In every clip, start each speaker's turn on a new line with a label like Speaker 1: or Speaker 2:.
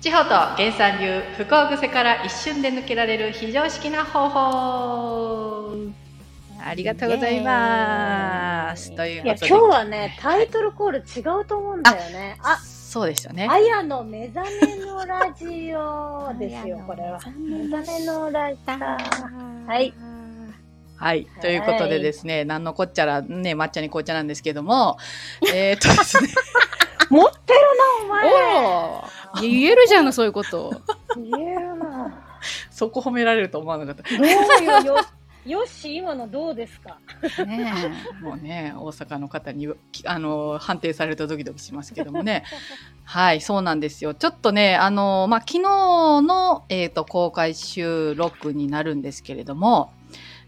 Speaker 1: 地方と原産流不幸癖から一瞬で抜けられる非常識な方法ありがとうございます。という
Speaker 2: い
Speaker 1: こ
Speaker 2: や
Speaker 1: とで
Speaker 2: 今日はねタイトルコール違うと思うんだよね。あ
Speaker 1: そうですよね
Speaker 2: あ。やの目覚めのラジオですよ、これは。
Speaker 3: 目
Speaker 2: 目覚めのラジオ。はい。
Speaker 1: はい、
Speaker 2: はい
Speaker 1: ということでですね、なんのこっちゃらね、抹茶に紅茶なんですけども、えーっとですね、
Speaker 2: 持ってるな、お
Speaker 3: お
Speaker 2: 前
Speaker 3: ら言えるじゃん、そういうこと。
Speaker 2: 言えるな。
Speaker 1: そこ褒められると思わなかった。
Speaker 2: どういうよ、よし、今のどうですか
Speaker 1: ねえ、もうね、大阪の方に、きあの、判定されるとドキドキしますけどもね。はい、そうなんですよ。ちょっとね、あの、まあ、昨日の、えっ、と、公開収録になるんですけれども、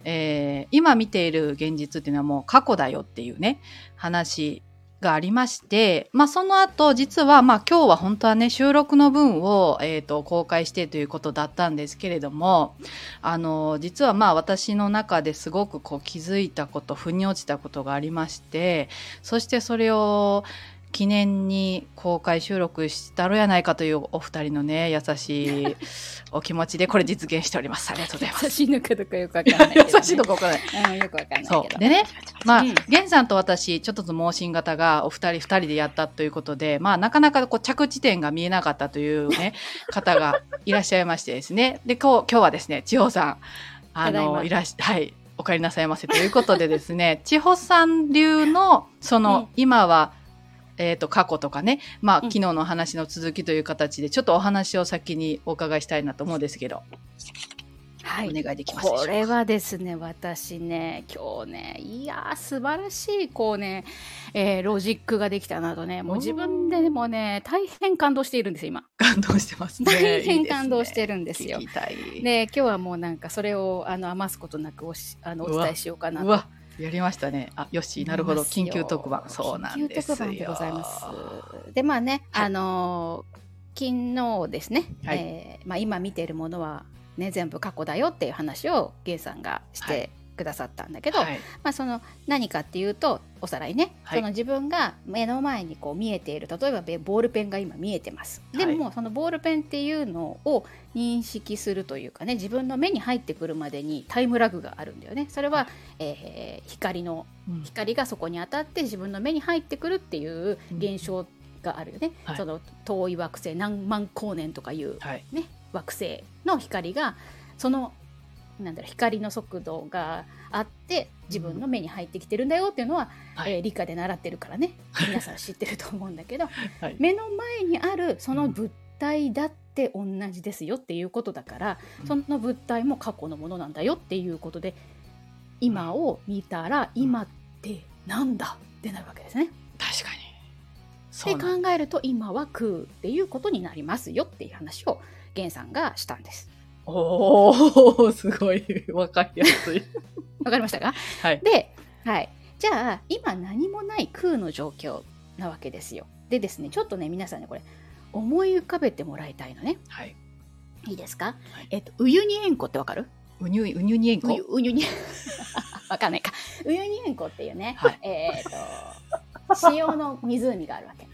Speaker 1: えー今見ている現実っていうのはもう過去だよっていうね、話がありまして、まあ、その後、実は、まあ、今日は本当はね、収録の分を、えっ、と、公開してということだったんですけれども、あの実はまあ私の中ですごくこう気づいたこと腑に落ちたことがありましてそしてそれを記念に公開収録したろやないかというお二人のね優しいお気持ちでこれ実現しておりますありがとうございます
Speaker 3: 優しいのかどうかよくわかんないけど、ね。
Speaker 1: 優しいとこわからない
Speaker 3: うんよくわかんないけど
Speaker 1: そ。うでねまあ
Speaker 3: うん
Speaker 1: 源さんと私ちょっとずつ盲信型がお二人二人でやったということでまあなかなかこう着地点が見えなかったという ね方がいらっしゃいましてですねでこう今日はですね千穂さんあ
Speaker 3: ただいま
Speaker 1: のいらっしはいお帰りなさいませということでですね 千穂さん流のその、
Speaker 3: うん
Speaker 1: 今はえー、と過去とかね、まあ、
Speaker 3: うん
Speaker 1: 昨日のお話の続きという形でちょっとお話を先にお伺いしたいなと思うんですけど、
Speaker 3: はい。
Speaker 1: お願いできますでしょう
Speaker 3: こ
Speaker 1: か
Speaker 3: れはですね、私ね、今日ね、いやー、素晴らしい、こうね、えーロジックができたなとね、もう自分でもね、大変感動しているんです、今。
Speaker 1: 感動してますね。
Speaker 3: 大変
Speaker 1: いいですね
Speaker 3: 感動してるんですよ
Speaker 1: 聞きたい
Speaker 3: で、今日はもうなんか、それをあの余すことなくおしあの
Speaker 1: うわ
Speaker 3: お伝えしようかな
Speaker 1: う
Speaker 3: と
Speaker 1: わ、やりましたね。あ、よし、なるほど。緊急特番。そうなんですよ。
Speaker 3: 緊急特番でございます。で、まあね、
Speaker 1: はい
Speaker 3: あのー昨日ですね、
Speaker 1: はい
Speaker 3: えーまあ、今見ているものは、ね、全部過去だよっていう話を源さんがし
Speaker 1: は
Speaker 3: てくださったんだけど、
Speaker 1: はい、
Speaker 3: まあ、その何かっていうとおさらいね、
Speaker 1: はい
Speaker 3: その自分が目の前にこう見えている例えばべボールペンが今見えてますでも、そのボールペンっていうのを認識するというかね自分の目に入ってくるまでにタイムラグがあるんだよねそれは、えー光の
Speaker 1: うん
Speaker 3: 光がそこに当たって自分の目に入ってくるっていう現象があるよね、
Speaker 1: はい
Speaker 3: その遠い惑星何万光年とかいう
Speaker 1: はい。
Speaker 3: ね、惑星の光がそのなんだろう光の速度があって自分の目に入ってきてるんだよっていうのは、
Speaker 1: はい
Speaker 3: えー理科で習ってるからね皆さん知ってると思うんだけど、
Speaker 1: はい
Speaker 3: 目の前にあるその物体だって同じですよっていうことだから、
Speaker 1: うん
Speaker 3: その物体も過去のものなんだよっていうことで今を見たら今ってなんだってなるわけですね。
Speaker 1: 確かに。そ
Speaker 3: で
Speaker 1: うなん
Speaker 3: 考えると今は空っていうことになりますよっていう話を源さんがしたんです。
Speaker 1: おー、 すごい。わかりやす い。
Speaker 3: わかりましたか
Speaker 1: はい。
Speaker 3: で、はい、じゃあ今何もない空の状況なわけですよ。でですねちょっとね皆さんねこれ思い浮かべてもらいたいのね。
Speaker 1: はい。
Speaker 3: いいですか、
Speaker 1: い
Speaker 3: えっとウユニ塩湖ってわかる
Speaker 1: うにゅう、うにゅにえん
Speaker 3: ウ
Speaker 1: こ
Speaker 3: ユ。ウユニ わかんないか。ウユニ塩湖っていうね、
Speaker 1: はい
Speaker 3: えっと塩の湖があるわけ。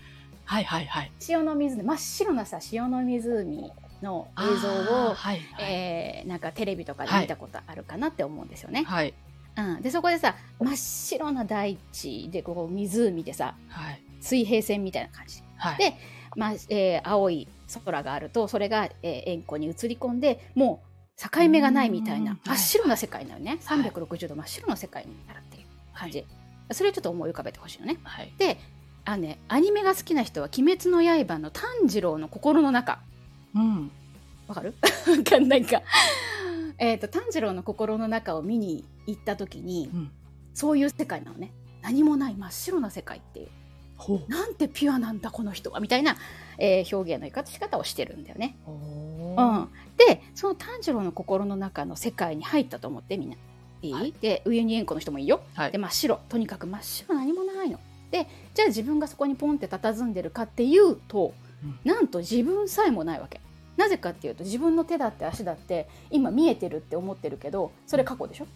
Speaker 1: はいはいはい。
Speaker 3: 塩の湖真っ白なさ塩の湖の映像
Speaker 1: あーはい
Speaker 3: を、
Speaker 1: はい。
Speaker 3: えーなんかテレビとかで見たことあるかなって思うんですよね。
Speaker 1: はい。
Speaker 3: うん、でそこでさ真っ白な大地でここ湖でさ
Speaker 1: はい。
Speaker 3: 水平線みたいな感じ、
Speaker 1: はい。
Speaker 3: でまあえー青い空があるとそれが、えー、円弧に映り込んでもう境目がないみたい
Speaker 1: うん
Speaker 3: な真っ白な世界なのね、360度真っ白な世界になるっていう感じ、それをちょっと思い浮かべてほしいのね
Speaker 1: はい。
Speaker 3: であのねアニメが好きな人は「鬼滅の刃」の炭治郎の心の中
Speaker 1: うん。
Speaker 3: わかる わかんないかえっと炭治郎の心の中を見に行った時に、
Speaker 1: うん。
Speaker 3: そういう世界なのね何もない真っ白な世界っていう
Speaker 1: ほう。
Speaker 3: なんてピュアなんだこの人はみたいな、えー表現の言い方仕方をしてるんだよね、
Speaker 1: お
Speaker 3: う
Speaker 1: ー
Speaker 3: ん、でその炭治郎の心の中の世界に入ったと思ってみんないい、でウユニ塩湖の人もいいよ、
Speaker 1: はい
Speaker 3: で真っ白とにかく真っ白何もないのでじゃあ自分がそこにポンって佇んでるかっていうと、
Speaker 1: うん
Speaker 3: なんと自分さえもないわけなぜかっていうと自分の手だって足だって今見えてるって思ってるけどそれ過去でしょっ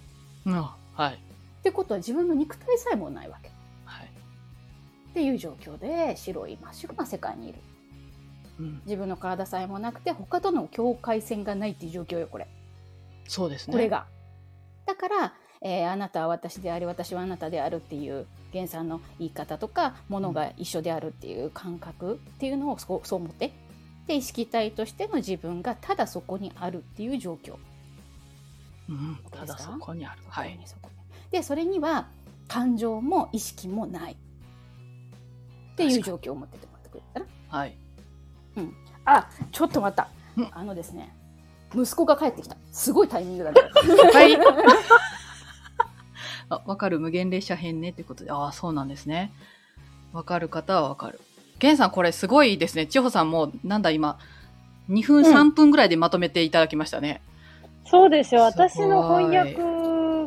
Speaker 1: うん。はい。
Speaker 3: てことは自分の肉体さえもないわけ
Speaker 1: はい。
Speaker 3: っていう状況で白い真っ白な世界にいる。
Speaker 1: うん、
Speaker 3: 自分の体さえもなくて他との境界線がないっていう状況よこれ
Speaker 1: そうですね。
Speaker 3: これが。だから、えーあなたは私であり私はあなたであるっていう源さんの言い方とかものが一緒であるっていう感覚っていうのをそうそう思ってで意識体としての自分がただそこにあるっていう状況。
Speaker 1: うん、ただそこにある。はい。
Speaker 3: そこにでそれには感情も意識もないっていう状況を持っててもらってくれたら
Speaker 1: はい。
Speaker 3: あちょっと待った
Speaker 1: うん
Speaker 3: あのですね息子が帰ってきたすごいタイミングだね
Speaker 1: はい。 あ、わかる。無限列車編ねってことで。ああ、そうなんですね。わかる方はわかる。ゲンさん、これすごいですね。千穂さんも、なんだ今、2分、
Speaker 2: うん
Speaker 1: 3分ぐらいでまとめていただきましたね。
Speaker 2: そうですよ。
Speaker 1: すごい
Speaker 2: 私の翻訳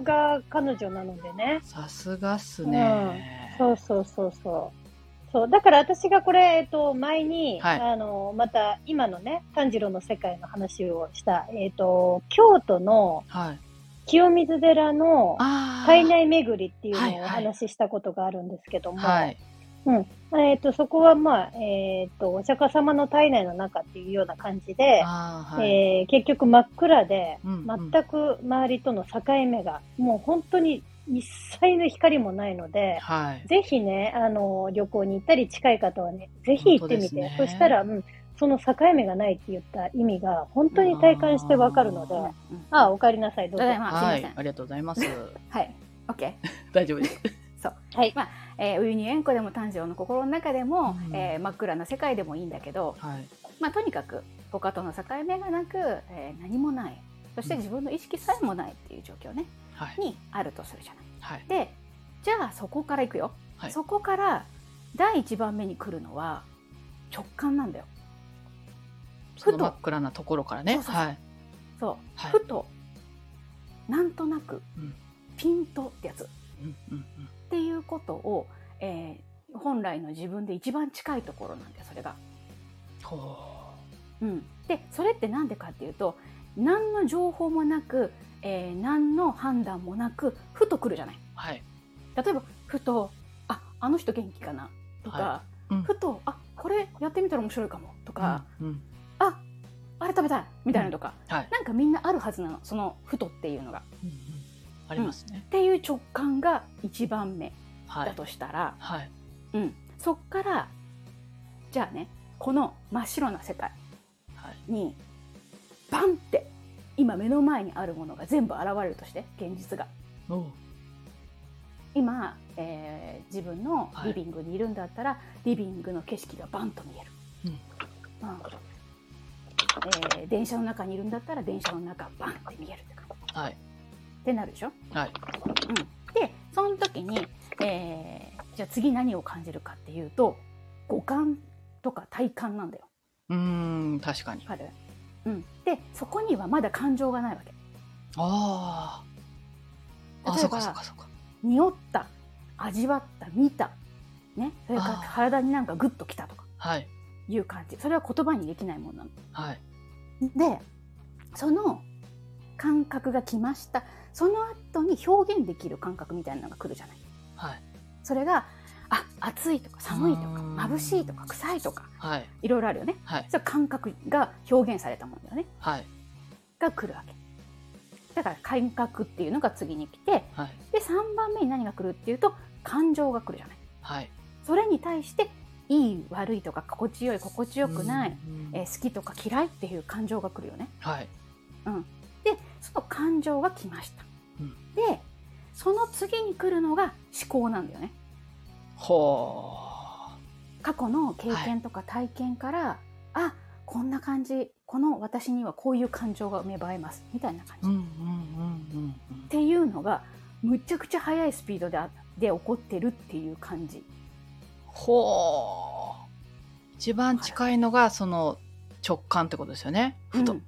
Speaker 2: が彼女なのでね。
Speaker 1: さすがっすね。
Speaker 2: そうそうそうそう。そう、だから私がこれ、えっと、前に、
Speaker 1: はい
Speaker 2: あの、また今のね、炭治郎の世界の話をした、えっと、京都の
Speaker 1: はい。
Speaker 2: 清水寺の
Speaker 1: ああ。
Speaker 2: 体内巡りっていう
Speaker 1: はい
Speaker 2: のを
Speaker 1: は
Speaker 2: お
Speaker 1: い
Speaker 2: 話ししたことがあるんですけども、
Speaker 1: はい。
Speaker 2: えっと、そこはまあ、えっと、お釈迦様の体内の中っていうような感じで、
Speaker 1: ああ、はい。
Speaker 2: えー結局真っ暗で、
Speaker 1: うんうん
Speaker 2: 全く周りとの境目が、もう本当に一切の光もないので、
Speaker 1: はい。
Speaker 2: ぜひね、あの、旅行に行ったり近い方はね、ぜひ行ってみ
Speaker 1: 本当で
Speaker 2: て、
Speaker 1: すね
Speaker 2: そしたら、うん、その境目がないって言った意味が、本当に体感してわかるので、
Speaker 1: うん
Speaker 2: あ
Speaker 3: うん
Speaker 2: あ、お帰りなさい、どうぞ
Speaker 3: た。だいまあ
Speaker 1: は
Speaker 3: すいま
Speaker 1: い。
Speaker 3: せん
Speaker 1: ありがとうございます。
Speaker 3: はい。OK。
Speaker 1: 大丈夫です。
Speaker 2: はい。
Speaker 3: えー、ウユニ塩湖でも炭治郎の心の中でも、
Speaker 1: うん
Speaker 3: えー真っ暗な世界でもいいんだけど、
Speaker 1: はい。
Speaker 3: まあ、とにかく他との境目がなく、えー何もない。そして自分の意識さえもないっていう状況ね、
Speaker 1: はい。
Speaker 3: にあるとするじゃない。
Speaker 1: はい。
Speaker 3: で、じゃあそこから行くよ。
Speaker 1: はい
Speaker 3: そこから第一番目に来るのは直感なんだよ。
Speaker 1: その真っ暗なところからね。
Speaker 3: そうそうそう
Speaker 1: はい。
Speaker 3: そう。
Speaker 1: はい
Speaker 3: ふと、なんとなく、
Speaker 1: うん
Speaker 3: ピントってやつ。
Speaker 1: うんうん
Speaker 3: っていうことを、えー本来の自分で一番近いところなんだよそれが。
Speaker 1: うん。ほ。
Speaker 3: うん、でそれって何でかっていうと何の情報もなく、えー何の判断もなくふと来るじゃないう
Speaker 1: はい。
Speaker 3: 例えばふと「ああの人元気かな」とか、
Speaker 1: はうん
Speaker 3: ふと「あこれやってみたら面白いかも」とか
Speaker 1: うんうん。
Speaker 3: 「ああれ食べたい」みたいなのとか、
Speaker 1: はい。
Speaker 3: なんかみんなあるはずなのその「ふと」っていうのが。
Speaker 1: うんうんありますね
Speaker 3: っ。ていう直感が一番目
Speaker 1: は
Speaker 3: だ
Speaker 1: い。
Speaker 3: としたら。
Speaker 1: はい。
Speaker 3: うん、そっからじゃあねこの真っ白な世界
Speaker 1: はい。
Speaker 3: にバンって今目の前にあるものが全部現れるとして現実が
Speaker 1: おう
Speaker 3: 今、えー自分の
Speaker 1: はい
Speaker 3: リビングにいるんだったら、リビングの景色がバンと見える、うんえー電車の中にいるんだったら電車の中バンって見えるって感じ
Speaker 1: はい。
Speaker 3: ってなるでしょ、
Speaker 1: はい。
Speaker 3: うん、でその時に、えーじゃあ次何を感じるかっていうと五感とか体感なんだよ
Speaker 1: うーん、確かに。
Speaker 3: わかる、うん、でそこにはまだ感情がないわけ
Speaker 1: ああ。あ、
Speaker 3: 例
Speaker 1: そ
Speaker 3: え
Speaker 1: うか
Speaker 3: ば
Speaker 1: そうかそうか。
Speaker 3: 匂った味わった見たねそれから
Speaker 1: あー
Speaker 3: 体になんかグッときたとか
Speaker 1: はい。
Speaker 3: いう感じそれは言葉にできないものなの
Speaker 1: はい。
Speaker 3: でその感覚が来ましたその後に表現できる感覚みたいなのが来るじゃない
Speaker 1: はい。
Speaker 3: それがあ暑いとか寒いとか
Speaker 1: うーん
Speaker 3: 眩しいとか臭いとか
Speaker 1: はい。
Speaker 3: いろいろあるよね
Speaker 1: はい。
Speaker 3: それは感覚が表現されたものだよね
Speaker 1: はい。
Speaker 3: が来るわけだから感覚っていうのが次に来て
Speaker 1: はい。
Speaker 3: で3番目に何が来るっていうと感情が来るじゃない
Speaker 1: はい。
Speaker 3: それに対していい悪いとか心地よい心地よくない、
Speaker 1: うん。
Speaker 3: えー好きとか嫌いっていう感情が来るよね
Speaker 1: はい。
Speaker 3: でその感情が来ました、
Speaker 1: うん
Speaker 3: でその次に来るのが思考なんだよね
Speaker 1: ほ
Speaker 3: 過去の経験とか体験から、あこんな感じこの私にはこういう感情が芽生えますみたいな感じ、
Speaker 1: う。うん
Speaker 3: っ
Speaker 1: うんうんうんうん。
Speaker 3: ていうのがむちゃくちゃ速いスピードであで起こってるっていう感じ
Speaker 1: ほう。一番近いのがその直感ってことですよね。ふ
Speaker 3: う
Speaker 1: と
Speaker 3: ん。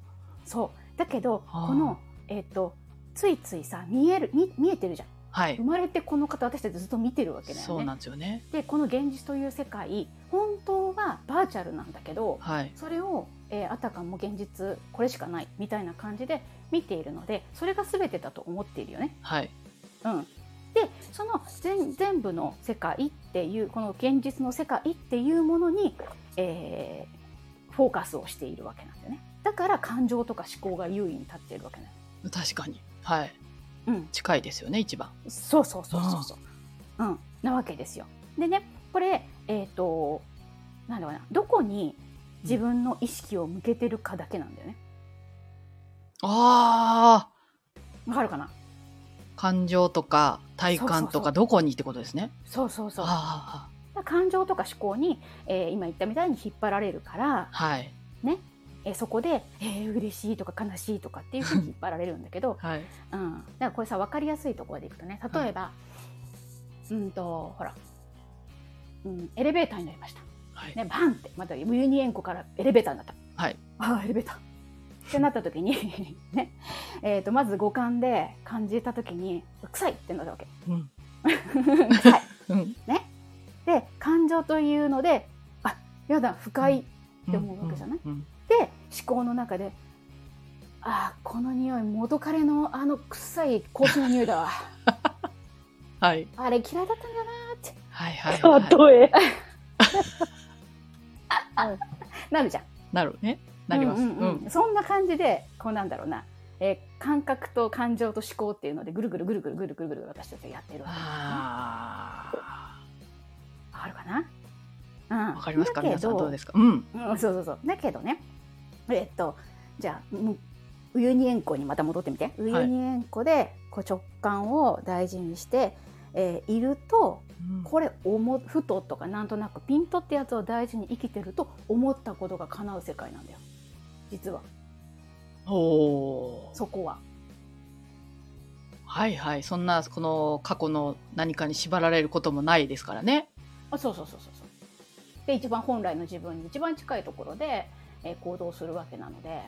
Speaker 3: そうだけど
Speaker 1: あー
Speaker 3: このえっ、とついついさ見える見見えてるじゃん
Speaker 1: はい
Speaker 3: 生。まれてこの方私たちずっと見てるわけだ
Speaker 1: そ
Speaker 3: よ
Speaker 1: う
Speaker 3: ね
Speaker 1: なんですよね。
Speaker 3: でこの現実という世界本当はバーチャルなんだけど
Speaker 1: はい。
Speaker 3: それを、えーあたかも現実これしかないみたいな感じで見ているのでそれが全てだと思っているよね
Speaker 1: はい。
Speaker 3: うん、でその全全部の世界っていうこの現実の世界っていうものに、えーフォーカスをしているわけなんだよねだから感情とか思考が優位に立っているわけな
Speaker 1: 確かに。はい。
Speaker 3: の、うん、
Speaker 1: 近いですよね、一番。
Speaker 3: そうそうそうそうそう、うん、なわけですよでねこれえっ、となんだろうなどこに自分の意識を向けてるかだけなんだよね
Speaker 1: ああ、
Speaker 3: わかるかな
Speaker 1: 感情とか体感
Speaker 3: そうそ
Speaker 1: と
Speaker 3: うそう
Speaker 1: かどこにってことですね。
Speaker 3: そうそうそう
Speaker 1: あ
Speaker 3: 感情とか思考に、えー今言ったみたいに引っ張られるから
Speaker 1: あ、、はい。
Speaker 3: えーそこで、えー嬉しいとか悲しいとかっていうふうに引っ張られるんだ けど、
Speaker 1: はい。
Speaker 3: うん、だからこれさ分かりやすいところでいくとね例えば、うんとほら、うん、エレベーターに乗りました、
Speaker 1: はい。
Speaker 3: ね、バンってまたユニエンコからエレベーターになった、
Speaker 1: はい、
Speaker 3: あーエレベーターってなった時に、 ねえー、とまず五感で感じた時に臭いってなったわけ。
Speaker 1: うん。
Speaker 3: 臭い
Speaker 1: うん。
Speaker 3: で感情というのであやだ不快って思うわけじゃない
Speaker 1: うんうん
Speaker 3: で思考の中であーこの匂い元彼のあの臭い香水の匂い だわ
Speaker 1: はい。
Speaker 3: あれ嫌いだったんだな
Speaker 1: はいはい、はい。
Speaker 2: 例え。
Speaker 3: なるじゃん
Speaker 1: なるね。なります。う
Speaker 3: うんんうんうんそんな感じでこうなんだろうな、えー感覚と感情と思考っていうのでぐるぐるぐるぐるぐるぐるぐる私たちがやってるわけ
Speaker 1: あ
Speaker 3: わかるかな、う
Speaker 1: あ、
Speaker 3: ん、
Speaker 1: わかりますか
Speaker 3: だけ
Speaker 1: 皆さんどうですすかうん。
Speaker 3: うん、そうそうそうだけどねえっとじゃあむウユニ塩湖にまた戻ってみてウユニ塩湖でこう直感を大事にして、えーいるとこれおもふととかなんとなくピントってやつを大事に生きてると思ったことが叶う世界なんだよ実は
Speaker 1: おー
Speaker 3: そこは
Speaker 1: はいはい。そんな、この過去の何かに縛られることもないですからね。
Speaker 3: あそうそうそうそうそうで一番本来の自分に一番近いところで、えー行動するわけなので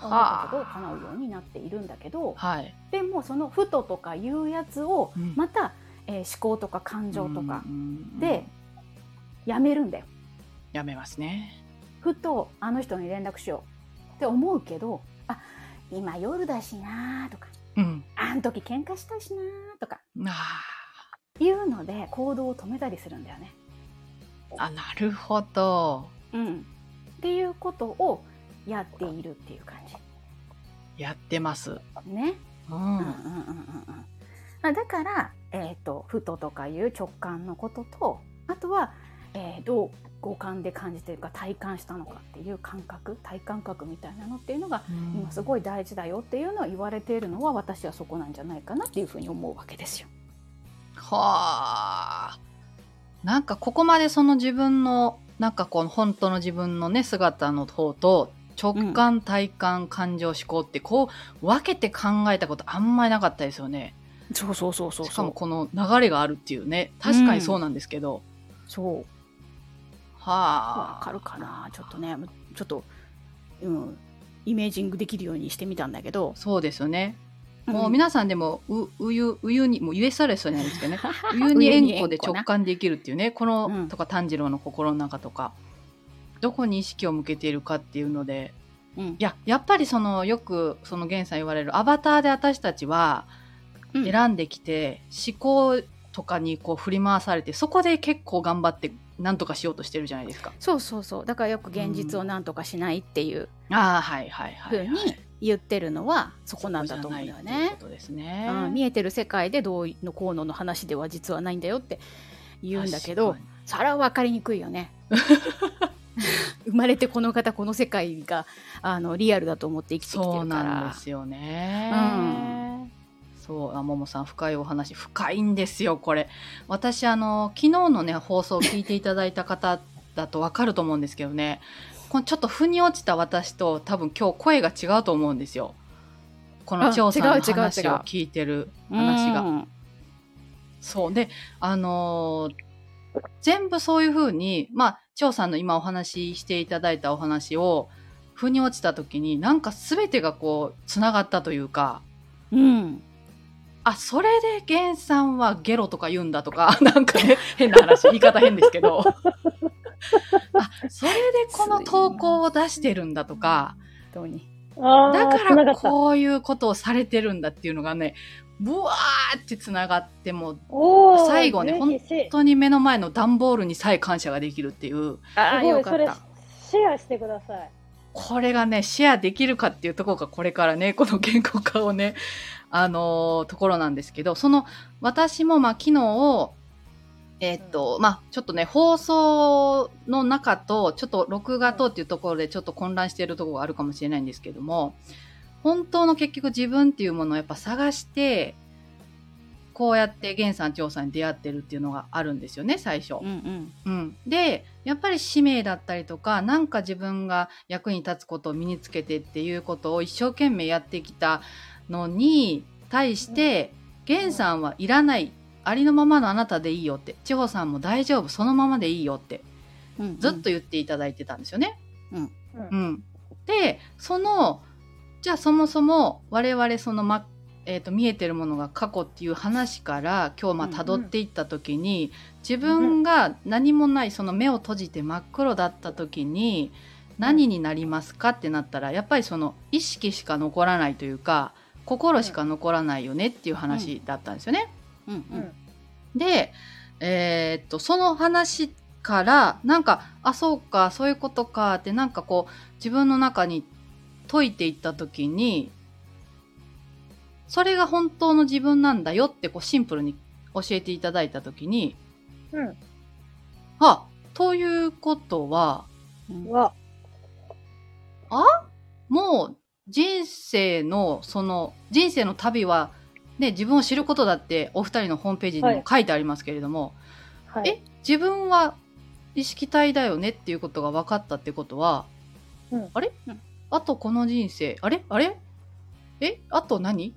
Speaker 3: 思ったことが叶うようになっているんだけど
Speaker 1: はい。
Speaker 3: でもそのふととかいうやつを
Speaker 1: うん
Speaker 3: また、えー思考とか感情とか
Speaker 1: うんうん
Speaker 3: でやめるんだよ。
Speaker 1: やめますね。
Speaker 3: ふとあの人に連絡しようって思うけどあ今夜だしなーとか
Speaker 1: うん。
Speaker 3: あん時喧嘩したしなーとか
Speaker 1: あ
Speaker 3: いうので行動を止めたりするんだよね。
Speaker 1: ーあ、なるほど。
Speaker 3: うん、っていうことをやっているっていう感じ。
Speaker 1: やってます。
Speaker 3: ね。
Speaker 1: うん。
Speaker 3: うんうんうんうんうんあだから、えー、とふととかいう直感のこととあとは、えーどう五感で感じてるか体感したのかっていう感覚体感覚みたいなのっていうのが
Speaker 1: うん
Speaker 3: 今すごい大事だよっていうのを言われているのは私はそこなんじゃないかなっていうふうに思うわけですよ。
Speaker 1: はあ。なんかここまでその自分の、なんかこの本当の自分のね、姿の方と、直感、体感、感情、思考って、こう、分けて考えたことあんまりなかったですよね。
Speaker 3: そうそうそうそう
Speaker 1: しかもこの流れがあるっていうね、確かにそうなんですけど。
Speaker 3: そうわ
Speaker 1: はあ。
Speaker 3: かるかなちょっとねちょっと、うん、イメージングできるようにしてみたんだけど
Speaker 1: そうですよね。も
Speaker 3: う
Speaker 1: うん皆さんでもう、うゆ、うゆに、もう USRS じゃないですけど ね。冬に円弧で直感できるっていうねこの、
Speaker 3: うん
Speaker 1: とか炭治郎の心の中とかどこに意識を向けているかっていうので
Speaker 3: うん
Speaker 1: いややっぱりそのよくその源さん言われるアバターで私たちは
Speaker 3: うん
Speaker 1: 選んできて、思考とかにこう振り回されてそこで結構頑張ってなんとかしようとしてるじゃないですか。
Speaker 3: そうそうそうだからよく現実をなんとかしないっていう
Speaker 1: ああはいはいは
Speaker 3: ふう
Speaker 1: い、はい。
Speaker 3: に言ってるのはそこなんだと思うんだよ
Speaker 1: そうじゃないっていう
Speaker 3: ね
Speaker 1: こ。とですね。
Speaker 3: うん、見えてる世界でどうのこうのの話では実はないんだよって言うんだけど
Speaker 1: 確かに
Speaker 3: それは分かりにくいよね。生まれてこの方この世界があのリアルだと思って生きてきて
Speaker 1: そう
Speaker 3: る
Speaker 1: な
Speaker 3: か
Speaker 1: ん
Speaker 3: ら
Speaker 1: ですよね。
Speaker 3: う
Speaker 1: そうあももさん深いお話深いんですよこれ私あの昨日のね放送を聞いていただいた方だとわかると思うんですけどねこのちょっと腑に落ちた私と多分今日声が違うと思うんですよこの
Speaker 3: あ
Speaker 1: 張さん
Speaker 3: 違
Speaker 1: の
Speaker 3: う違う違う
Speaker 1: 話を聞いてる話が
Speaker 3: うん
Speaker 1: そうであのー全部そういうふうにまあ張さんの今お話ししていただいたお話を腑に落ちた時になんか全てがこうつながったというか
Speaker 3: うん
Speaker 1: あ、それで源さんはゲロとか言うんだとか、 なんかね、変な話、言い方変ですけど。あ、それでこの投稿を出してるんだとか、
Speaker 3: どうに
Speaker 2: あ
Speaker 1: だ
Speaker 2: あ、
Speaker 1: か
Speaker 2: 繋が
Speaker 1: ら
Speaker 2: った。
Speaker 1: こういうことをされてるんだっていうのがね、ブワーってつながって、もう
Speaker 2: おー
Speaker 1: 最後ね
Speaker 2: 嬉しい
Speaker 1: 本当に目の前の段ボールにさえ感謝ができるっていう、
Speaker 3: あ
Speaker 2: す
Speaker 3: あ
Speaker 2: ご
Speaker 3: よ
Speaker 2: い、
Speaker 3: か
Speaker 2: そ
Speaker 3: っ
Speaker 2: れ
Speaker 3: た。、
Speaker 2: シェアしてください。
Speaker 1: これがね、シェアできるかっていうところがこれからね、こ の言語化をね、あのーところなんですけど、その、私も、まあ、昨日、えっと、まあ、ちょっとね、放送の中と、ちょっと録画とっていうところで、ちょっと混乱しているところがあるかもしれないんですけども、本当の結局自分っていうものをやっぱ探して、こうやって源さん調査に出会ってるっていうのがあるんですよね、最初。
Speaker 3: うんうん
Speaker 1: うん、でやっぱり使命だったりとかなんか自分が役に立つことを身につけてっていうことを一生懸命やってきたのに対して、源さんはいらないありのままのあなたでいいよって千穂さんも大丈夫そのままでいいよって
Speaker 3: うんうん
Speaker 1: ずっと言っていただいてたんですよね。
Speaker 2: うん
Speaker 1: うん、でそのじゃあそもそも我々その、まえー、と見えてるものが過去っていう話から今日まあ
Speaker 3: うんうん
Speaker 1: たどっていった時に、自分が何もないその目を閉じて真っ黒だった時に何になりますかってなったらやっぱりその意識しか残らないというか心しか残らないよねっていう話だったんですよね。
Speaker 3: うんうん
Speaker 1: で、えーっとその話からなんかあそうかそういうことかってなんかこう自分の中に解いていった時にそれが本当の自分なんだよってこうシンプルに教えていただいた時に
Speaker 2: うん。
Speaker 1: あということは
Speaker 2: うわ、
Speaker 1: もう人生のその人生の旅は、ね、自分を知ることだってお二人のホームページにも書いてありますけれども、
Speaker 2: はい。
Speaker 1: え自分は意識体だよねっていうことが分かったってことは、
Speaker 2: うん
Speaker 1: あれ、
Speaker 3: うん
Speaker 1: あとこの人生あれあれえあと何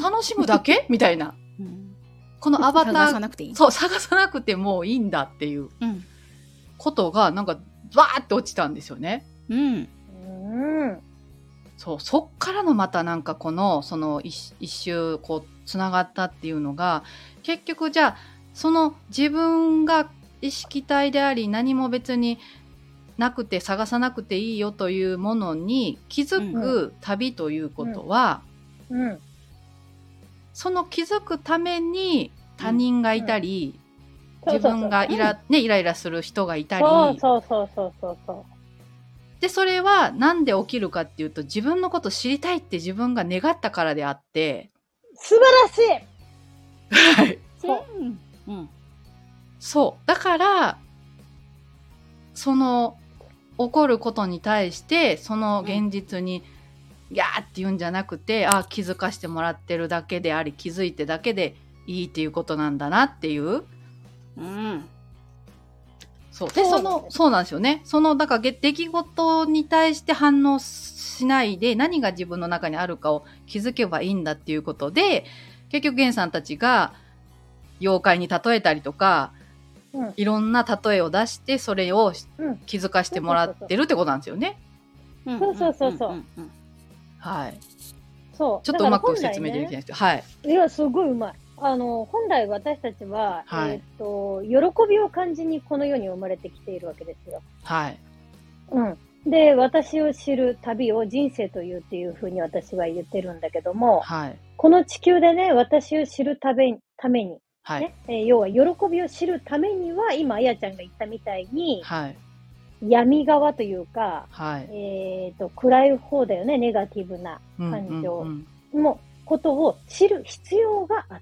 Speaker 1: 楽しむだ けみたいな
Speaker 3: うん
Speaker 1: このアバタ
Speaker 3: 探さ
Speaker 1: ー
Speaker 3: なくていい
Speaker 1: そう探さなくてもういいんだっていう
Speaker 3: うん
Speaker 1: ことがなんかバーって落ちたんですよね。
Speaker 3: うん
Speaker 2: うん。
Speaker 1: そうそっからのまたなんかこのその一一周こうつながったっていうのが結局じゃあその自分が意識体であり何も別になくて探さなくていいよというものに気づく旅ということは、
Speaker 2: うん。
Speaker 1: その気づくために他人がいたり、
Speaker 2: そうそうそう
Speaker 1: 自分がイラ,、ね、イライラする人がいたり
Speaker 2: そうそうそうそうそうそう。
Speaker 1: でそれはなんで起きるかっていうと自分のこと知りたいって自分が願ったからであって。
Speaker 2: 素晴らしい
Speaker 1: はい
Speaker 2: そう
Speaker 3: うんうん
Speaker 1: そう。だから、その、起こることに対して、その現実に、ギャーって言うんじゃなくて、あ気づかしてもらってるだけであり、気づいてだけでいいっていうことなんだなっていう。
Speaker 3: うん
Speaker 1: そう。で、
Speaker 2: そ
Speaker 1: そう
Speaker 2: なん
Speaker 1: の
Speaker 2: で、す
Speaker 1: そうなんですよね。その、だから、げ出来事に対して反応しないで、何が自分の中にあるかを気づけばいいんだっていうことで、結局、源さんたちが、妖怪に例えたりとか、
Speaker 2: うん。
Speaker 1: いろんな例えを出してそれをし
Speaker 2: うん
Speaker 1: 気づかしてもらってるってことなんですよね。
Speaker 3: うん
Speaker 2: そうそうそうそうん
Speaker 3: ん
Speaker 1: はい。
Speaker 2: そう。
Speaker 1: ちょっとうまく説明できないですけど、はい。
Speaker 2: いや、すごいうまい。あの、本来私たちは、
Speaker 1: はい
Speaker 2: えーっと、喜びを感じにこの世に生まれてきているわけですよ。
Speaker 1: はい。
Speaker 2: うん。で、私を知る旅を人生というっていうふうに私は言ってるんだけども、
Speaker 1: はい。
Speaker 2: この地球でね、私を知るためために、
Speaker 1: はい。
Speaker 2: ねえー要は喜びを知るためには、今、あやちゃんが言ったみたいに、
Speaker 1: はい。
Speaker 2: 闇側というか、
Speaker 1: はい。
Speaker 2: えーっと、暗い方だよね、ネガティブな、
Speaker 1: うん
Speaker 2: 感情
Speaker 1: うんうん
Speaker 2: もう、ことを知る必要があっ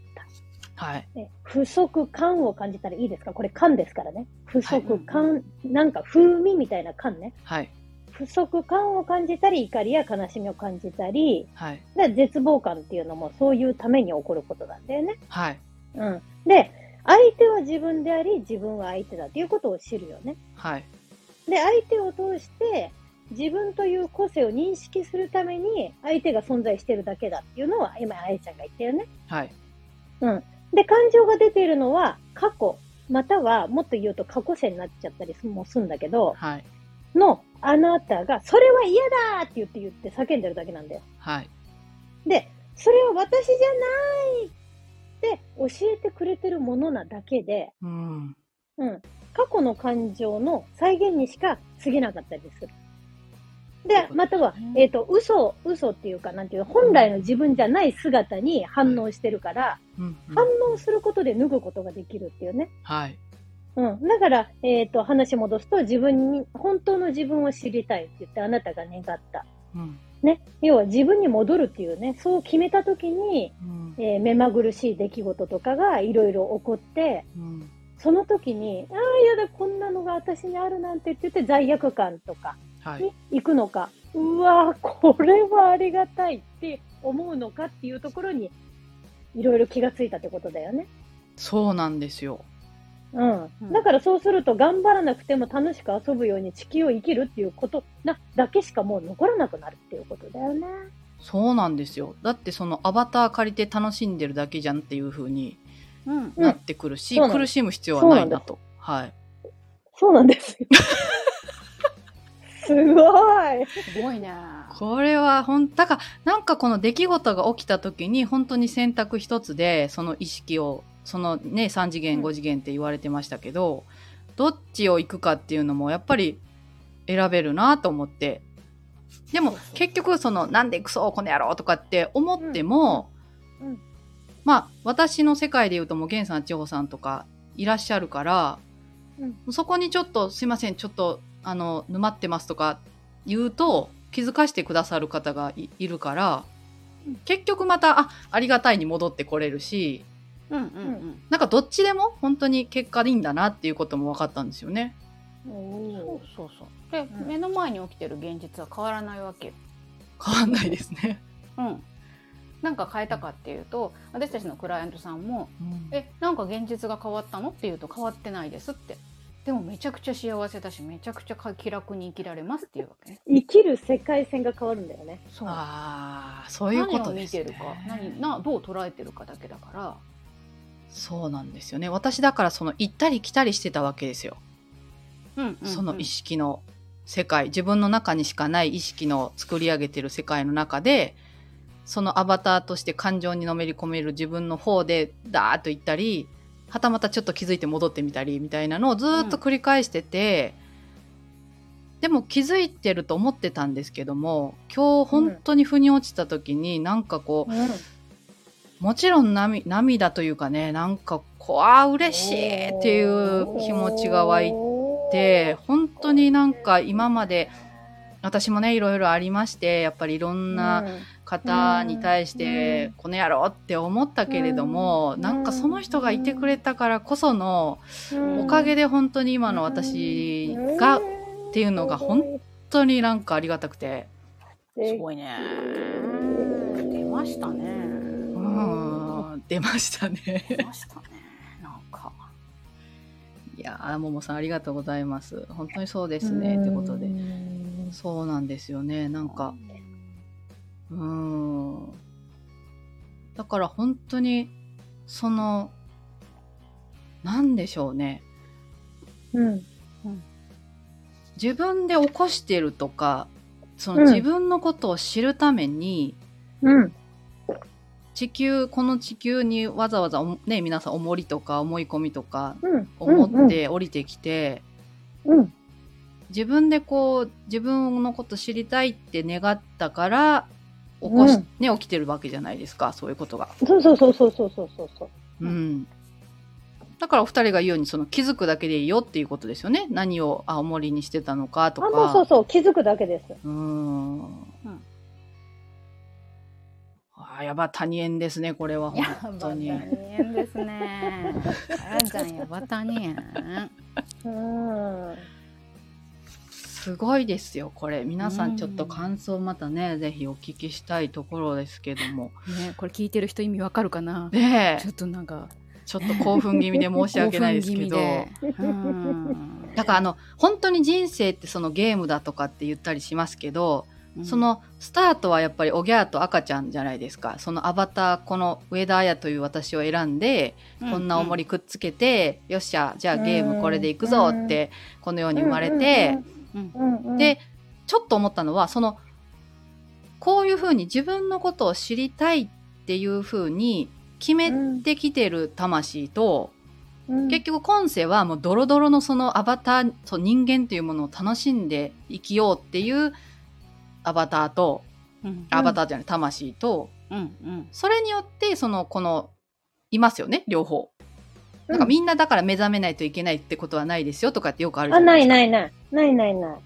Speaker 2: た。
Speaker 1: はい。
Speaker 2: ね不足感を感じたらいいですかこれ感ですからね。不足
Speaker 3: は
Speaker 2: 感、なんか風味みたいな感ね。
Speaker 1: はい。
Speaker 2: 不足感を感じたり、怒りや悲しみを感じたり、
Speaker 1: はい。
Speaker 2: で絶望感っていうのもそういうために起こることなんだよね。
Speaker 1: はい。
Speaker 2: うん。で、相手は自分であり、自分は相手だっていうことを知るよね。
Speaker 1: はい。
Speaker 2: で、相手を通して、自分という個性を認識するために、相手が存在してるだけだっていうのは、今、あやちゃんが言ったよね。
Speaker 1: はい。
Speaker 2: で、感情が出ているのは過去、またはもっと言うと過去世になっちゃったりもするんだけど、
Speaker 1: はい。
Speaker 2: のあなたが、それは嫌だって言って言って叫んでるだけなんだよ。
Speaker 1: はい。
Speaker 2: で、それは私じゃないって教えてくれてるものなだけで、
Speaker 1: うん。
Speaker 2: うん、過去の感情の再現にしか過ぎなかったりする。で、または、えっ、と、嘘、嘘っていうか、なんていうの、本来の自分じゃない姿に反応してるから、
Speaker 1: うんうん
Speaker 2: 反応することで脱ぐことができるっていうね。
Speaker 1: はい。
Speaker 2: ううん、だから、えっと話戻すと自分に本当の自分を知りたいって言ってあなたが願った、
Speaker 1: うん
Speaker 2: ね、要は自分に戻るっていうねそう決めた時に、
Speaker 1: うん
Speaker 2: えー目まぐるしい出来事とかがいろいろ起こって
Speaker 1: うん
Speaker 2: その時にああやだこんなのが私にあるなんてって言って罪悪感とか
Speaker 1: はい
Speaker 2: に行くのか、うわーこれはありがたいって思うのかっていうところにいろいろ気がついたってことだよね。
Speaker 1: そうなんですよ
Speaker 2: うん
Speaker 3: うん
Speaker 2: だからそうすると頑張らなくても楽しく遊ぶように地球を生きるっていうことなだけしかもう残らなくなるっていうことだよね。
Speaker 1: そうなんですよだってそのアバター借りて楽しんでるだけじゃんっていう風に
Speaker 3: うん
Speaker 2: うん
Speaker 1: なってくるし、
Speaker 2: そうなんで
Speaker 1: 苦しむ必要はないなとはい
Speaker 2: そうなんです よ。すごい。
Speaker 3: すごいな
Speaker 1: これはほんだからなんかこの出来事が起きた時に本当に選択一つでその意識をそのね3次元
Speaker 2: うん
Speaker 1: 5次元って言われてましたけど、どっちを行くかっていうのもやっぱり選べるなと思ってでも
Speaker 3: そうそう
Speaker 1: 結局そのなんでクソこの野郎とかって思っても、
Speaker 2: うんうん
Speaker 1: まあ私の世界で言うともう源さん千穂さんとかいらっしゃるから、そこにちょっとすいませんちょっとあの沼ってますとか言うと気づかしてくださる方がいいるから
Speaker 2: うん
Speaker 1: 結局またあありがたいに戻ってこれるし
Speaker 3: うんうんうん
Speaker 1: なんかどっちでも本当に結果でいいんだなっていうことも分かったんですよね。
Speaker 3: そう
Speaker 2: う
Speaker 3: そうそうで、
Speaker 2: うん
Speaker 3: 目の前に起きてる現実は変わらないわけよ
Speaker 1: 変わんないですね。
Speaker 3: うんなんか変えたかっていうと私たちのクライアントさんも 「えなんか現実が変わったの?」って言うと「変わってないです」ってでもめちゃくちゃ幸せだしめちゃくちゃか気楽に生きられますっていうわけね
Speaker 2: 生きる世界線が変わるんだよね。
Speaker 3: そう
Speaker 1: ああそういうことです、ね、
Speaker 3: 何を見てるか何などう捉えてるかだけだから
Speaker 1: そうなんですよね私だからその行ったり来たりしてたわけですよ。
Speaker 3: うん
Speaker 1: その意識の世界自分の中にしかない意識の作り上げてる世界の中でそのアバターとして感情にのめり込める自分の方でダーッと行ったりはたまたちょっと気づいて戻ってみたりみたいなのをずーっと繰り返してて、でも気づいてると思ってたんですけども今日本当に腑に落ちた時になんかこう、もちろん涙涙というかねなんかこうあー嬉しいっていう気持ちが湧いてって本当になんか今まで私もねいろいろありましてやっぱりいろんな方に対し
Speaker 2: う
Speaker 1: て
Speaker 2: ん
Speaker 1: この野郎って思ったけれども
Speaker 2: うん
Speaker 1: なんかその人がいてくれたからこそのおかげ
Speaker 2: で
Speaker 1: で本当に今の私が本ていうのがほん当になんかありがたくて
Speaker 3: すごいね出ましたね
Speaker 1: うーん出ましたね
Speaker 3: 出ましたねなんか
Speaker 1: いやーももさんありがとうございます本当にそうですねってことでそうなんですよねなんかうーんだから本当にそのなんでしょうね
Speaker 2: うん
Speaker 1: 自分で起こしてるとかそうの
Speaker 2: ん
Speaker 1: 自分のことを知るために、
Speaker 2: うん
Speaker 1: 地球この地球にわざわざお、ね、皆さん重りとか思い込みとか
Speaker 2: うん
Speaker 1: を持って降りてきて、
Speaker 2: うん
Speaker 1: 自分でこう自分のこと知りたいって願ったから起こし、
Speaker 2: うん
Speaker 1: ね、起きてるわけじゃないですかそういうことが。
Speaker 2: そうそうそうそうそうそうそうそう
Speaker 1: うん、だからお二人が言うようにその気づくだけでいいよっていうことですよね何を青森にしてたのかと
Speaker 2: あもうそう
Speaker 1: か
Speaker 2: そう気づくだけです
Speaker 1: うーんあーやば他人縁ですねこれは
Speaker 3: や
Speaker 1: 本
Speaker 3: ば
Speaker 1: 当
Speaker 3: たに
Speaker 1: に
Speaker 3: 円です ね。あやちゃんやばたに円。
Speaker 2: うん
Speaker 1: すごいですよこれ皆さ
Speaker 3: うん
Speaker 1: んちょっと感想またねぜひお聞きしたいところですけども
Speaker 3: ね、これ聞いてる人意味わかるかな。
Speaker 1: ね
Speaker 3: ちょっとなんか
Speaker 1: えちょっと興奮気味で申し訳ないですけど
Speaker 3: 興奮気味でうん
Speaker 1: だからあの本当に人生ってそのゲームだとかって言ったりしますけど
Speaker 3: うん
Speaker 1: そのスタートはやっぱりおぎゃーと赤ちゃんじゃないですかそのアバターこの上田綾という私を選んで、こんな重りくっつけて、よっしゃじゃあゲームこれでいくぞって、このように生まれて、
Speaker 3: うん
Speaker 2: うんうんうん
Speaker 1: でちょっと思ったのはそのこういうふうに自分のことを知りたいっていうふうに決めてきてる魂と、
Speaker 2: うん
Speaker 1: 結局今世はもうドロドロのそのアバターと人間というものを楽しんで生きようっていうアバターと。
Speaker 3: うん
Speaker 1: アバターじゃない魂と
Speaker 3: うんうん
Speaker 1: それによってそのこのいますよね両方なんかみんなだから目覚めないといけないってことはないですよとかってよくあるじ
Speaker 2: あ、
Speaker 1: ゃな
Speaker 2: ない
Speaker 1: で
Speaker 2: い
Speaker 1: すか。
Speaker 2: ないない。ないないない。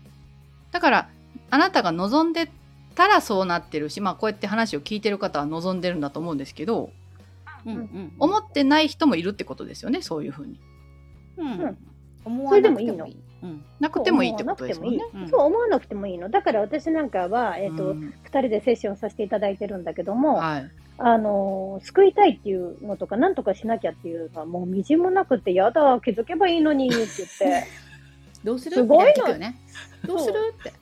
Speaker 1: だから、あなたが望んでたらそうなってるし、まあこうやって話を聞いてる方は望んでるんだと思うんですけど、
Speaker 3: うんうん
Speaker 1: 思ってない人もいるってことですよね、そういうふうに。
Speaker 3: うん思
Speaker 2: そ
Speaker 3: わ
Speaker 2: れで
Speaker 3: な
Speaker 2: も
Speaker 3: く
Speaker 2: いい
Speaker 3: て
Speaker 2: の
Speaker 3: もいい。うん
Speaker 1: なくてもいいってことですもんね
Speaker 2: そ。う思わなくてもいい
Speaker 3: うん
Speaker 2: そう思わなくてもいいの。だから私なんかは、えっ、と、
Speaker 1: う
Speaker 2: 二
Speaker 1: ん
Speaker 2: 人でセッションさせていただいてるんだけども、
Speaker 1: はい。
Speaker 2: あのー救いたいっていうのとか、なんとかしなきゃっていうのは、もうみじんもなくて、やだ、気づけばいいのにって 言って、
Speaker 3: どうする
Speaker 2: すごいの
Speaker 3: って聞くよね。どうするって。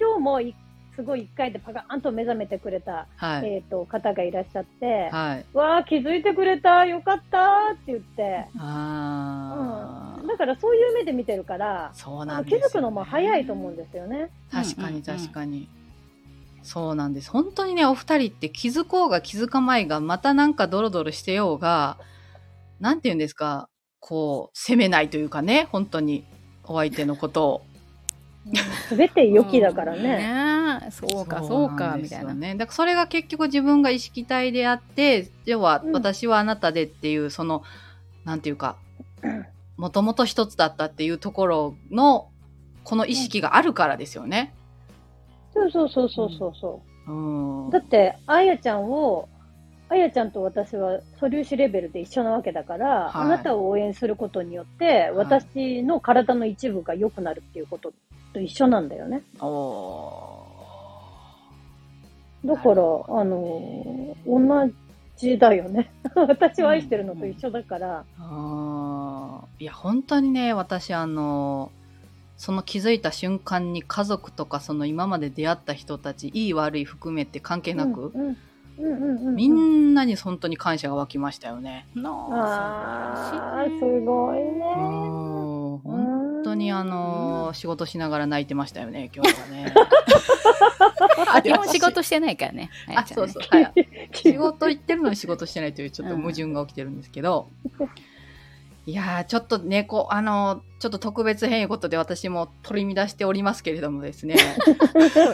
Speaker 2: 今日もいすごい一回でパカーンと目覚めてくれた、
Speaker 1: はい。
Speaker 2: えっ、と、方がいらっしゃって、
Speaker 1: はい。
Speaker 2: わあ、気づいてくれた、よかったって言って、
Speaker 1: あ
Speaker 2: う
Speaker 1: あ、
Speaker 2: ん。だからそういう目で見てるから、
Speaker 1: そう
Speaker 2: あ
Speaker 1: な
Speaker 2: の
Speaker 1: ん
Speaker 2: 気
Speaker 1: です、ね。
Speaker 2: づくのも早いと思うんですよね。
Speaker 1: 確か
Speaker 3: うんうんう
Speaker 1: に
Speaker 3: ん
Speaker 1: 確かに、そうなんです本当にねお二人って気づこうが気づかまいがまたなんかドロドロしてようがなんて言うんですかこう責めないというかね本当にお相手のことを
Speaker 2: すべて良きだからね。
Speaker 3: ねえ。そうかそうか
Speaker 1: なんで
Speaker 3: み
Speaker 1: すよ
Speaker 3: たいな。
Speaker 1: ねだからそれが結局自分が意識体であって要は
Speaker 2: うん
Speaker 1: 私はあなたでっていう、そのなんていう かもともと一つだったっていうところのこの意識があるからですよね。
Speaker 2: そうそうそうそうそうそう。
Speaker 1: うん、
Speaker 2: だって、あやちゃんを、あやちゃんと私は素粒子レベルで一緒なわけだから、
Speaker 1: はい
Speaker 2: あなたを応援することによって、私の体の一部が良くなるっていうことと一緒なんだよね。
Speaker 1: お
Speaker 2: だか
Speaker 1: な
Speaker 2: ら、あ
Speaker 1: るほ
Speaker 2: のー同じだよね。 私を愛してるのと一緒だから、
Speaker 1: ーあーいや本当にね私あのその気づいた瞬間に家族とかその今まで出会った人たちいい悪い含めて関係なく、
Speaker 2: うんうんうんうんうん、
Speaker 1: みんなに本当に感謝が湧きましたよね。
Speaker 2: あ
Speaker 3: な
Speaker 2: あ、すごいね
Speaker 1: う。ん本
Speaker 2: 本
Speaker 1: 当にあの仕事しながら泣いてましたよね今日はね。
Speaker 3: あ基本仕事してないからね。あや
Speaker 1: あ
Speaker 3: ちゃ
Speaker 1: そ
Speaker 3: ん
Speaker 1: う
Speaker 3: ね
Speaker 1: そう、はい 仕事行ってるのに仕事してないというちょっと矛盾が起きてるんですけど、いやーちょっとねこうあのーちょっと特別変異ことで私も取り乱しておりますけれどもです ね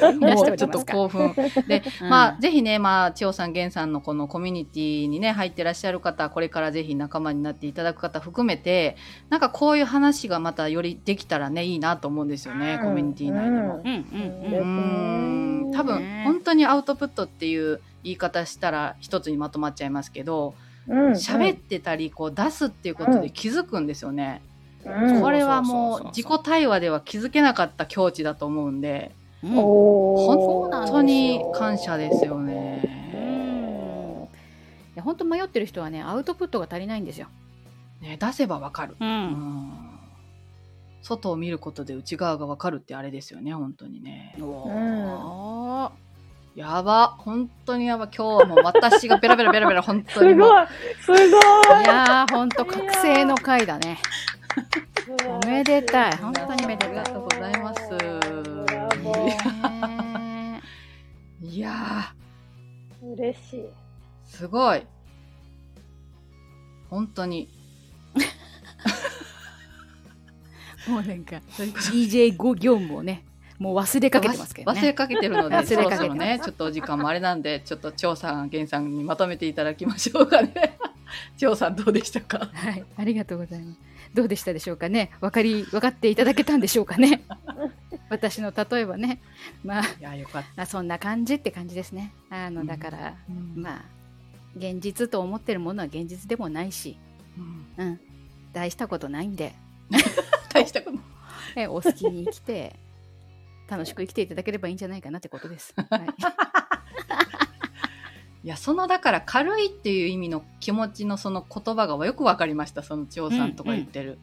Speaker 3: 乱
Speaker 1: も
Speaker 3: して
Speaker 1: う
Speaker 3: おりますか
Speaker 1: ちょっと興奮で、
Speaker 3: うん
Speaker 1: まあぜひねまあ千代さん源さんのこのコミュニティにね入ってらっしゃる方これからぜひ仲間になっていただく方含めてなんかこういう話がまたよりできたらねいいなと思うんですよね、コミュニティ内でも。
Speaker 3: うんうんうん。
Speaker 1: うん多分
Speaker 3: ね
Speaker 1: 本当にアウトプットっていう言い方したら一つにまとまっちゃいますけど
Speaker 2: うん
Speaker 1: 喋ってたりこう出すっていうことで気づくんですよね。
Speaker 2: うん
Speaker 1: これは
Speaker 3: そう
Speaker 1: もう
Speaker 3: そうそう
Speaker 1: 自
Speaker 3: そう
Speaker 1: 己対話では気づけなかった境地だと思うんで
Speaker 3: うん
Speaker 2: おー
Speaker 1: 本当に感謝ですよね。
Speaker 3: うんいや本当迷ってる人はねアウトプットが足りないんですよ。
Speaker 1: ね出せばわかる、う
Speaker 3: う。
Speaker 1: んん。外を見ることで内側がわかるってあれですよね本当にね。
Speaker 3: おー
Speaker 1: やば本当にやば今日はもう私がベラベラベラベラ本
Speaker 2: す
Speaker 1: 当
Speaker 2: ご
Speaker 1: に
Speaker 2: い
Speaker 1: もう
Speaker 2: すごい
Speaker 3: いやー本当覚醒の回だね。おめでたい本当にめでたい
Speaker 1: ありがとうございます
Speaker 2: ブラボ
Speaker 1: い
Speaker 2: ー
Speaker 3: ね
Speaker 1: いやー
Speaker 2: 嬉しい。
Speaker 1: すごい。本当 に。
Speaker 3: もうなん か
Speaker 1: ということで
Speaker 3: DJ ご業務をねもう忘れかけてますけど
Speaker 1: 忘れ
Speaker 3: ね。
Speaker 1: かけてるので、
Speaker 3: 忘れかけ
Speaker 1: そろ
Speaker 3: て
Speaker 1: そろね、ちょっとお時間もあれなんで、ちょっと調査が源さんにまとめていただきましょうかね。 調査どうでしたか。
Speaker 3: はいありがとうございます。どうでしたでしょうかね。わかりわかっていただけたんでしょうか ね。私の例えばねまあ
Speaker 1: いや、よかっ
Speaker 3: まあそんな感じって感じですね。あ
Speaker 1: う
Speaker 3: の
Speaker 1: ん
Speaker 3: だから、
Speaker 1: た。うん
Speaker 3: まあ現実と思ってるものは現実でもないし、
Speaker 1: うん
Speaker 3: うん、大したことないんで
Speaker 1: 大したこと。
Speaker 3: えお好きに生きて楽しく生きていただければいいんじゃないかなってことです。 はい、
Speaker 1: いや、そのだから軽いっていう意味の気持ちのその言葉がよくわかりました。その調査とか言ってる。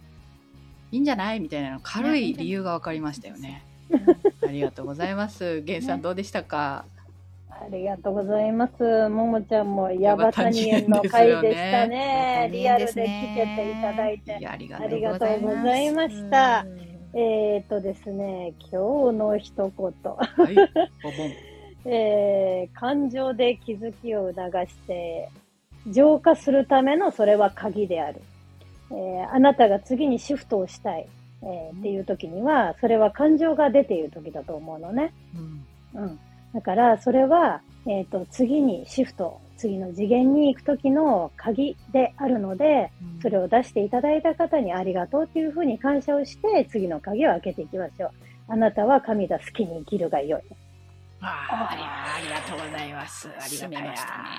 Speaker 1: いいんじゃないみたいなの軽い理由がわかりましたよね。ありがとうございます。源さんどうでしたか。
Speaker 2: ありがとうございます。ももちゃんもヤバタニエンの会でしたね。リアルで来てていただい
Speaker 1: い
Speaker 2: て。
Speaker 1: や、ありが
Speaker 2: あ
Speaker 1: とうござ
Speaker 2: り
Speaker 1: います
Speaker 2: がとうございました
Speaker 3: う。ん
Speaker 2: えー、っとですね、今日の一言、
Speaker 1: はい、ボボン。
Speaker 2: えー感情で気づきを促して、浄化するためのそれは鍵である。えーあなたが次にシフトをしたい、えーっていう時には、それは感情が出ている時だと思うのね。
Speaker 1: うん
Speaker 2: うん。だから、それは、えっ、と、次にシフト次の次元に行く時の鍵であるので、
Speaker 1: うん
Speaker 2: それを出していただいた方にありがとうというふうに感謝をして、次の鍵を開けていきましょう。あなたは神だ、好きに生きるが良い。
Speaker 1: あ
Speaker 3: ありありがとうございます。ありが
Speaker 1: 締
Speaker 3: と
Speaker 1: め
Speaker 3: う
Speaker 1: ま
Speaker 3: ま
Speaker 1: し
Speaker 3: したた
Speaker 1: ね
Speaker 3: ね。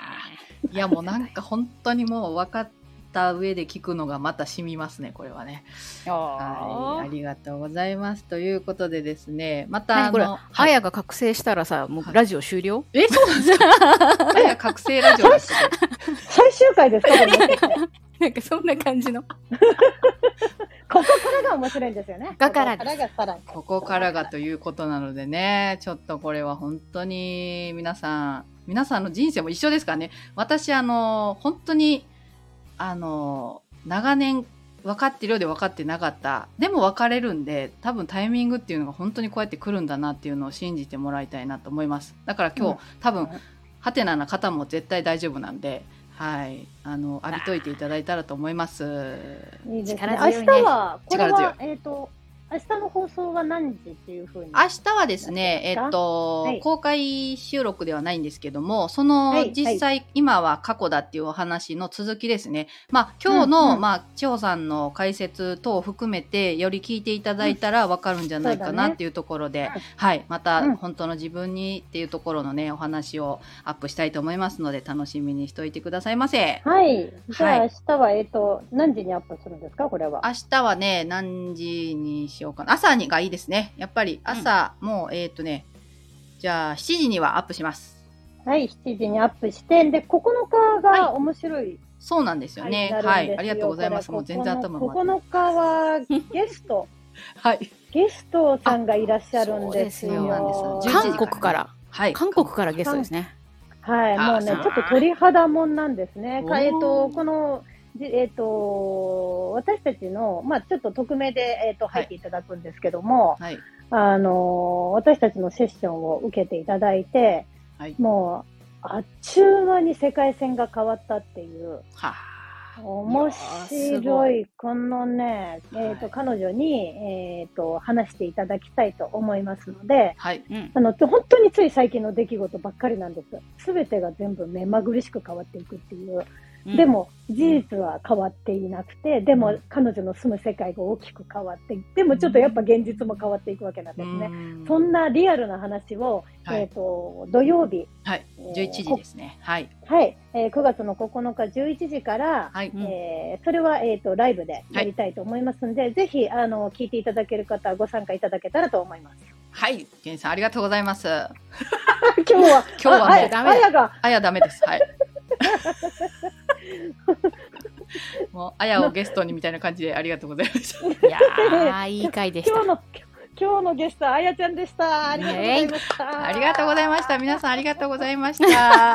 Speaker 1: ーいやもうなんか本当にもう分かった上で聞くのがまた染みますねこれはね。は、
Speaker 3: はいい
Speaker 1: ありがとうございますということでですねまた
Speaker 3: 何
Speaker 1: あ
Speaker 3: これ、
Speaker 1: の
Speaker 3: はやが覚醒したらさ、も
Speaker 1: は
Speaker 3: う
Speaker 1: い
Speaker 3: ラジオ終了
Speaker 1: えそうなんですか。あや覚醒ラジオですけど
Speaker 2: 最終回ですかこれここ
Speaker 3: なんかそんな感じの。
Speaker 2: からが面白いんですよね。こ
Speaker 3: ここから
Speaker 2: こからがさらに。
Speaker 1: ここからがということなのでねちょっとこれは本当に皆さん皆さんの人生も一緒ですからね私あの本当にあの長年分かってるようで分かってなかったでも分かれるんで多分タイミングっていうのが本当にこうやって来るんだなっていうのを信じてもらいたいなと思いますだから今日、
Speaker 3: うん
Speaker 1: 多分ハテナな方も絶対大丈夫なんではいあの浴びといていただいたらと思います
Speaker 2: いいですね。
Speaker 3: 力
Speaker 2: 明
Speaker 3: 強い
Speaker 2: 日
Speaker 3: ね
Speaker 2: は、これ
Speaker 1: 力
Speaker 2: は、えっ、と、明日の放送は何時っていうふうに。
Speaker 1: 明日はですね、え
Speaker 2: やってますか
Speaker 1: っと、
Speaker 2: はい
Speaker 1: 公開収録ではないんですけども、そ
Speaker 2: は
Speaker 1: の
Speaker 2: い
Speaker 1: 実際、今は過去だっていうお話の続きですね。まあ、今日の、
Speaker 2: うんうん
Speaker 1: まあ、千穂さんの解説等を含めて、より聞いていただいたらわかるんじゃないか
Speaker 2: そうだ
Speaker 1: な
Speaker 2: ね
Speaker 1: っていうところで、
Speaker 2: うん
Speaker 1: はい、また、
Speaker 2: うん
Speaker 1: 本当の自分にっていうところのね、お話をアップしたいと思いますので、楽しみにしておいてくださいませ。
Speaker 2: はい。じゃ
Speaker 1: は
Speaker 2: あ明
Speaker 1: い
Speaker 2: 日は、えっ、と、何時にアップするんですかこれは。
Speaker 1: 明日はね、何時にしようかな。朝にがいいですね。やっぱり朝、もう、えっ、とね、じゃあ7時にはアップします。
Speaker 2: はい、7時にアップして、で、9日が面白い
Speaker 1: そうなんですよ
Speaker 2: 回に
Speaker 1: ね
Speaker 2: な。るんですよ、
Speaker 1: はい、ありがとうございます。
Speaker 2: これ
Speaker 1: もう全然頭
Speaker 2: ここ
Speaker 1: 回ってない
Speaker 2: の9日はゲスト、
Speaker 1: はい、
Speaker 2: ゲストさんがいらっしゃるんです
Speaker 3: あ
Speaker 2: よ。
Speaker 3: そうです
Speaker 1: よ11時から
Speaker 3: 韓国から、
Speaker 1: はい、
Speaker 3: 韓国からゲストですね。
Speaker 2: はい、
Speaker 1: あ
Speaker 2: もうね、ち
Speaker 1: そう
Speaker 2: ょっと鳥肌もんなんですね。
Speaker 1: お
Speaker 2: か
Speaker 1: ー
Speaker 2: えっと、この、じえっ、と、私たちの、まあちょっと匿名で、えっ、と、
Speaker 1: はい
Speaker 2: 入っていただくんですけども、
Speaker 1: はい、
Speaker 2: あの、私たちのセッションを受けていただいて、
Speaker 1: はい、
Speaker 2: もう、あっちゅう間に世界線が変わったっていう。
Speaker 1: は
Speaker 3: いや
Speaker 2: 面
Speaker 3: ーす
Speaker 2: 白
Speaker 3: ご
Speaker 2: い。このね、えっ、と、
Speaker 1: はい
Speaker 2: 彼女に、えっ、と、話していただきたいと思いますので、
Speaker 1: はい、
Speaker 3: うん。
Speaker 2: あの、本当につい最近の出来事ばっかりなんです。すべてが全部目まぐるしく変わっていくっていう。
Speaker 3: うん
Speaker 2: で、も、事実は変わっていなくて、で
Speaker 1: う
Speaker 2: も
Speaker 1: ん、
Speaker 2: 彼女の住む世界が大きく変わって、でもちょっとやっぱ現実も変わっていくわけなんですね。
Speaker 1: ね
Speaker 2: そんなリアルな話を、
Speaker 1: はい
Speaker 2: えっ、と、土曜日、
Speaker 1: はい、
Speaker 2: えー
Speaker 1: 十一時ですね。はい、
Speaker 2: はい、えー9月の9日11時から、
Speaker 1: はい、
Speaker 3: うん
Speaker 2: えーそれは、えー、とライブでやりたいと思いますので、ぜひあの聞いていただける方はご参加いただけたらと思い ます。
Speaker 1: はい、ジェンさんありがとうございます。あ
Speaker 2: 今日は
Speaker 1: 今日はもう
Speaker 2: ああや
Speaker 3: ダメだ
Speaker 2: あやが
Speaker 1: やダメです。 はい。もうあやをゲストにみたいな感じでありがとうございました。
Speaker 3: いやー、いい回でし
Speaker 2: 今
Speaker 3: た
Speaker 2: 日。の今日のゲストはあやちゃんでした。ありがとうございました。
Speaker 1: ありがとうございました。皆さんありがとうございま した。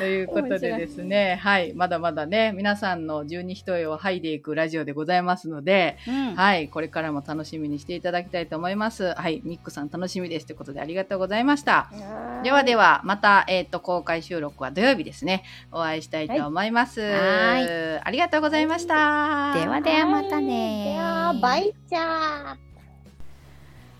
Speaker 1: ということでですね、はい、まだまだね、皆さんの十二一重を剥いでいくラジオでございますので、
Speaker 3: うん
Speaker 1: はい、これからも楽しみにしていただきたいと思います。はい、ミックさん楽しみですということでありがとうございました。
Speaker 2: はい
Speaker 1: ではでは、また、えっ、と、公開収録は土曜日ですね、お会いしたいと思います。
Speaker 3: はい
Speaker 1: ありがとうございました。
Speaker 3: ではではまたね。
Speaker 2: ではバイチャー。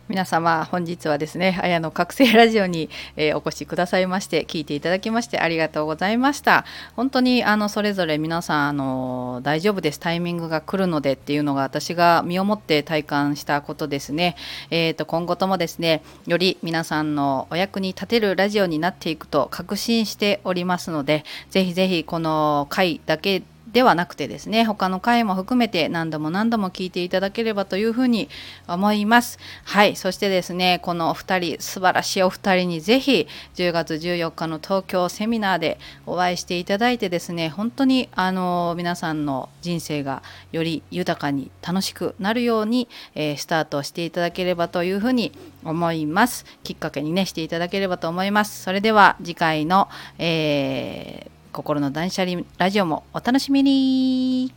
Speaker 1: 皆様本日はですねあやの覚醒ラジオに、えーお越しくださいまして聞いていただきましてありがとうございました本当にあのそれぞれ皆さんあの大丈夫ですタイミングが来るのでっていうのが私が身をもって体感したことですねえー、と今後ともですねより皆さんのお役に立てるラジオになっていくと確信しておりますのでぜひぜひこの回だけではなくてですね他の回も含めて何度も何度も聞いていただければというふうに思いますはいそしてですねこのお二人素晴らしいお二人にぜひ10月14日の東京セミナーでお会いしていただいてですね本当にあの皆さんの人生がより豊かに楽しくなるように、えースタートしていただければというふうに思いますきっかけにねしていただければと思いますそれでは次回の、えー心の断捨離ラジオもお楽しみに